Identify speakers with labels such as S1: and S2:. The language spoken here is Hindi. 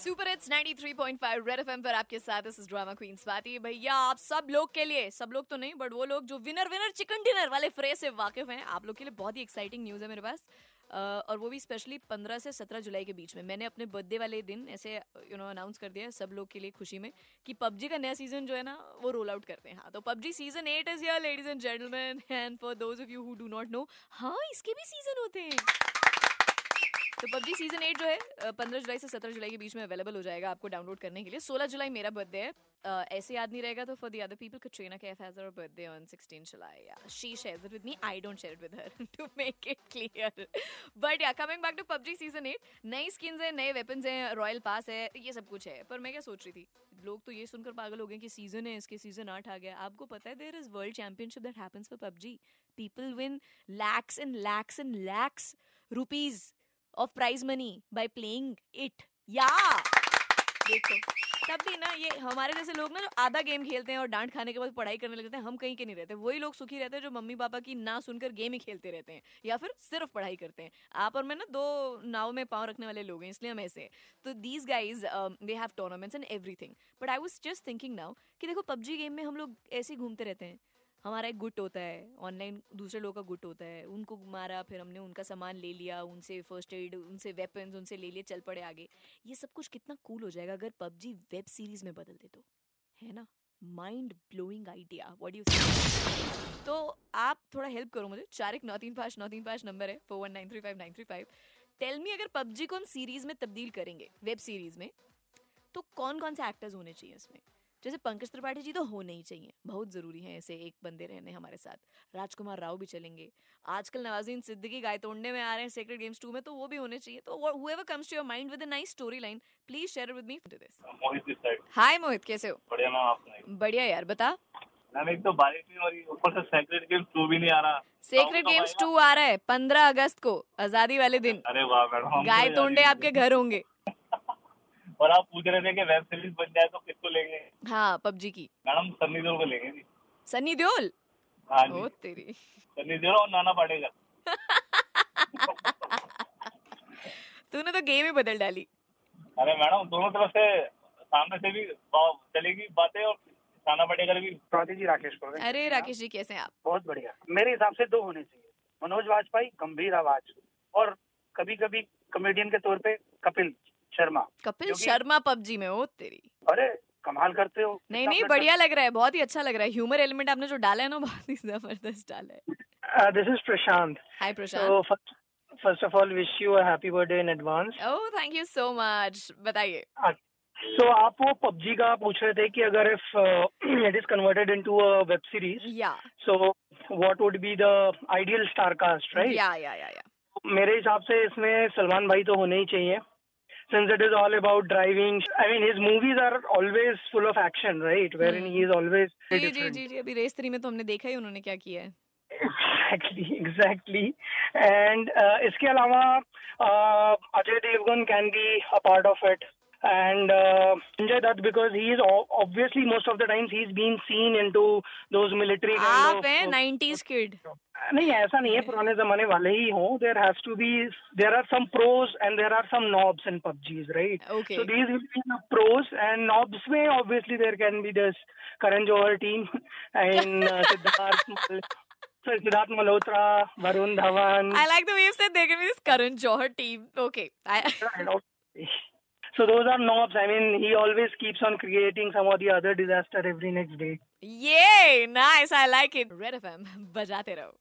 S1: सुपर इट्स 93.5 रेड एफएम पर आपके साथ this is drama queen Swati भैया आप सब लोग के लिए सब लोग तो नहीं बट वो लोग जो विनर विनर चिकन डिनर वाले फ्रेज से वाकिफ हैं आप लोग के लिए बहुत ही एक्साइटिंग न्यूज़ है मेरे पास अ, और वो भी स्पेशली 15 से 17 जुलाई के बीच में मैंने अपने बर्थडे वाले दिन ऐसे यू नो अनाउंस कर दिया है सब लोग के लिए खुशी में कि पबजी का नया सीजन जो है ना वो रोल आउट करते हैं हाँ तो PUBG season 8 is here ladies and gentleman and for those of you who do not know हाँ इसके भी सीजन होते हैं तो पबजी सीजन एट जो है पंद्रह जुलाई से सत्रह जुलाई के बीच में अवेलेबल हो जाएगा आपको डाउनलोड करने के लिए सोलह जुलाई मेरा बर्थडे है अ, ऐसे याद नहीं रहेगा तो for the other people Katrina Kaif has her birthday on 16 July yeah she shares it with me I don't share it with her to make it clear but yeah coming back to PUBG season eight नई स्किन्स हैं नए वेपन्स हैं रॉयल पास है तो ये सब कुछ है पर मैं क्या सोच रही थी लोग तो ये सुनकर पागल हो गए कि सीजन है इसके सीजन आठ आ गया आपको पता है there is world championship that happens for PUBG people win lakhs and lakhs and lakhs rupees of prize money by playing it yeah देखो तब भी ना ये हमारे जैसे लोग ना जो आधा गेम खेलते हैं और डांट खाने के बाद पढ़ाई करने लगते हैं हम कहीं के नहीं रहते वही लोग सुखी रहते हैं जो मम्मी पापा की ना सुनकर गेम ही खेलते रहते हैं या फिर सिर्फ पढ़ाई करते हैं आप और मैं ना दो नाव में पाँव रखने वाले लोग हैं इसलिए हम ऐसे हैं तो these guys they have tournaments and everything but I was just thinking now कि देखो पबजी गेम में हम लोग ऐसे ही घूमते रहते हैं हमारा एक गुट होता है ऑनलाइन दूसरे लोगों का गुट होता है उनको मारा फिर हमने उनका सामान ले लिया उनसे फर्स्ट एड उनसे वेपन्स उनसे ले लिए चल पड़े आगे ये सब कुछ कितना कूल हो जाएगा अगर पबजी वेब सीरीज में बदल दे तो है ना mind blowing idea what you तो आप थोड़ा हेल्प करो मुझे चार एक नौ तीन पाँच नौ तीन पाँच नंबर है four one nine three five nine three five tell me अगर पबजी को हम सीरीज में तब्दील करेंगे वेब सीरीज में तो कौन कौन से एक्टर्स होने चाहिए इसमें जैसे पंकज त्रिपाठी जी तो होने ही चाहिए बहुत ज़रूरी है ऐसे एक बंदे रहने हमारे साथ राजकुमार राव भी चलेंगे आजकल नवाजीन सिद्दीकी गाय तोड़ने में आ रहे हैं सेक्रेट गेम्स टू में तो वो भी होने चाहिए तो whoever comes to your mind with a nice story line please share with me this
S2: Mohit this side
S1: hi Mohit कैसे हो
S2: बढ़िया मैम आप सुनाइए
S1: बढ़िया यार
S2: हाँ,
S1: बता
S2: मैम एक तो बारिश नहीं हो रही ऊपर से सेक्रेट गेम्स टू भी नहीं आ रहा
S1: सेक्रेट
S2: तो
S1: गेम्स
S2: भाई
S1: टू आ रहा है पंद्रह अगस्त को आजादी वाले दिन
S2: अरे वाह मैडम हमको
S1: गाय
S2: याद
S1: तोंडे
S2: ही नहीं
S1: आपके घर होंगे
S2: है। और आप पूछ रहे थे कि वेब सीरीज बन जाए तो किसको लेंगे
S1: हाँ पबजी की
S2: मैडम सन्नी देओल को लेंगे जी
S1: सनी देओल
S2: हाँ
S1: ओ
S2: जी
S1: तेरी
S2: सन्नी देओल और नाना पाटेकर
S1: तूने तो गेम ही बदल डाली
S2: हाँ अरे मैडम दोनों तरफ से सामने से भी बा- चलेगी बातें और नाना पाटेकर भी
S3: स्वाति जी राकेश बोल रहे हैं।
S1: अरे राकेश जी कैसे हैं आप
S3: बहुत बढ़िया मेरे हिसाब से दो होने चाहिए मनोज वाजपेयी गंभीर आवाज और कभी कभी कॉमेडियन के तौर पे कपिल शर्मा
S1: कपिल
S3: योगी।
S1: शर्मा पबजी में ओ तेरी
S3: अरे कमाल करते हो
S1: नहीं
S3: इतना
S1: नहीं
S3: अपना-
S1: बढ़िया लग रहा है बहुत ही अच्छा लग रहा है ह्यूमर एलिमेंट आपने जो डाला है ना बहुत ही जबरदस्त डाला है
S4: this is Prashant
S1: hi Prashant
S4: so first of all wish you a happy birthday in advance
S1: oh thank you so much बताइए
S4: सो आप वो पबजी का पूछ रहे थे कि अगर uh, if it is converted into a web series
S1: yeah
S4: so what would be the ideal star cast right
S1: या या या या
S4: मेरे हिसाब से इसमें सलमान भाई तो होने ही चाहिए since it is all about driving I mean his movies are always full of action right where in he is always
S1: जी जी जी जी अभी रेस थ्री में तो हमने देखा ही उन्होंने क्या किया है
S4: एग्जैक्टली एग्जैक्टली एंड इसके अलावा uh, Ajay Devgan can be a part of it and Sanjay Dutt because he is obviously most of the times he is been seen in to those military
S1: आप हैं नाइनटीज किड
S4: नहीं ऐसा नहीं है पुराने जमाने वाले ही हों there has to be there are some pros and there are some noobs in PUBGs right
S1: okay
S4: So these will be the pros and knobs way. Obviously, there can be this Karan Johar team and uh, Siddharth, Mal- sorry, Siddharth Malhotra, Varun Dhawan.
S1: I like the way you said they're gonna be this Karan Johar team. Okay. I,
S4: and obviously- So those are knobs. I mean, he always keeps on creating some or the other disaster every next day.
S1: yay! Nice. I like it. Red FM. बजाते रहो.